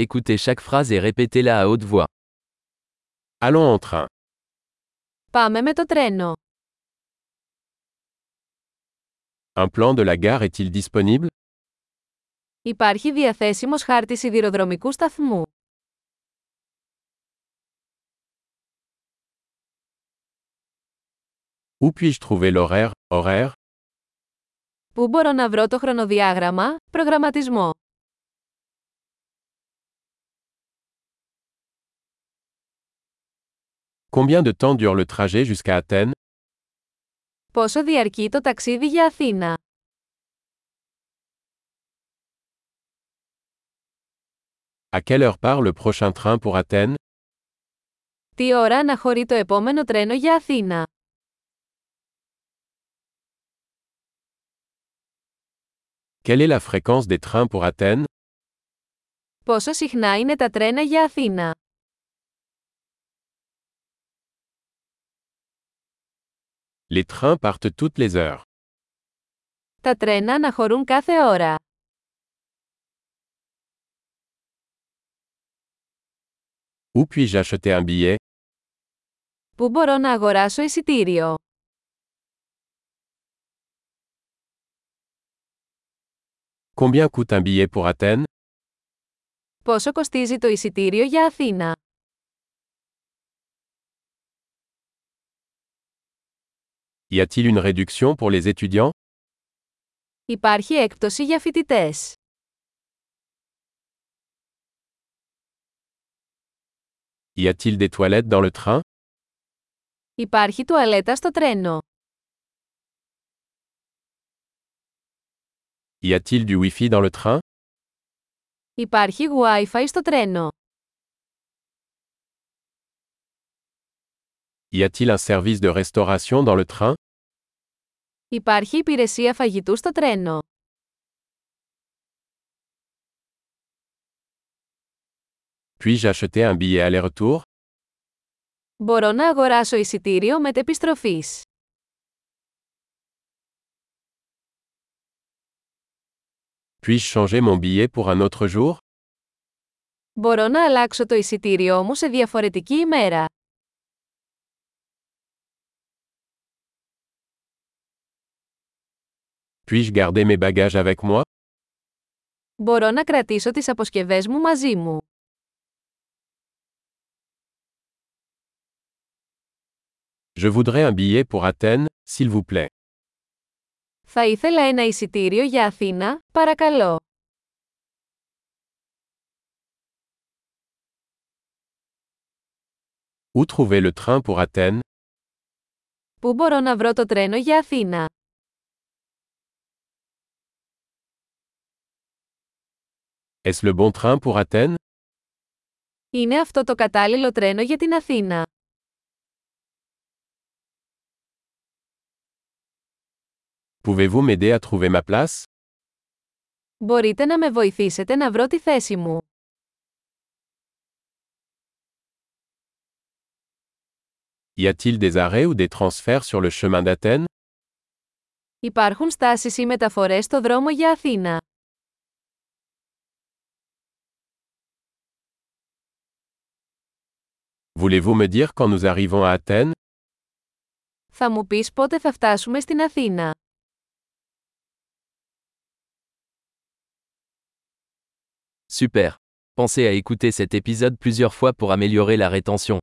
Écoutez chaque phrase et répétez-la à haute voix. Allons en train. Πάμε με το τρένο. Un plan de la gare est-il disponible Υπάρχει διαθέσιμος χάρτης σιδηροδρομικού σταθμού. Où puis-je trouver l'horaire Horaire Πού μπορώ να βρω το χρονοδιάγραμμα, προγραμματισμό. Combien de temps dure le trajet jusqu'à Athènes Πόσο διαρκεί το ταξίδι για Αθήνα. À quelle heure part le prochain train pour Athènes Τι ώρα αναχωρεί το επόμενο τρένο για Αθήνα. Quelle est la fréquence des trains pour Athènes Πόσο συχνά είναι τα τρένα για Αθήνα. Les trains partent toutes les heures. Τα τρένα αναχωρούν κάθε ώρα. Où puis-je acheter un billet Πού μπορώ να αγοράσω εισιτήριο. Combien coûte un billet pour Athènes Πόσο κοστίζει το εισιτήριο για Αθήνα. Y a-t-il une réduction pour les étudiants Υπάρχει έκπτωση για φοιτητές. Y a-t-il des toilettes dans le train Υπάρχει τουαλέτα στο τρένο. Y a-t-il du Wi-Fi dans le train Υπάρχει Wi-Fi στο τρένο. Y a-t-il un service de restauration dans le train Υπάρχει υπηρεσία φαγητού στο τρένο. Puis-je acheter un billet aller-retour Μπορώ να αγοράσω εισιτήριο μετεπιστροφής. Puis-je changer mon billet pour un autre jour Μπορώ να αλλάξω το εισιτήριό μου σε διαφορετική ημέρα. Puis-je garder mes bagages avec moi Μπορώ να κρατήσω τις αποσκευές μου μαζί μου. Je voudrais un billet pour Athènes, s'il vous plaît. Θα ήθελα ένα εισιτήριο για Αθήνα, παρακαλώ. Où trouver le train pour Athènes Πού μπορώ να βρω το τρένο για Αθήνα. Est-ce le bon train pour Athènes Είναι αυτό το κατάλληλο τρένο για την Αθήνα. Pouvez-vous m'aider à trouver ma place Μπορείτε να με βοηθήσετε να βρω τη θέση μου. Y a-t-il des arrêts ou des transferts sur le chemin d'Athènes Υπάρχουν στάσεις ή μεταφορές στο δρόμο για Αθήνα. Voulez-vous me dire quand nous arrivons à Athènes Θα μου πεις πότε θα φτάσουμε στην Αθήνα. Super. Pensez à écouter cet épisode plusieurs fois pour améliorer la rétention.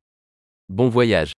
Bon voyage.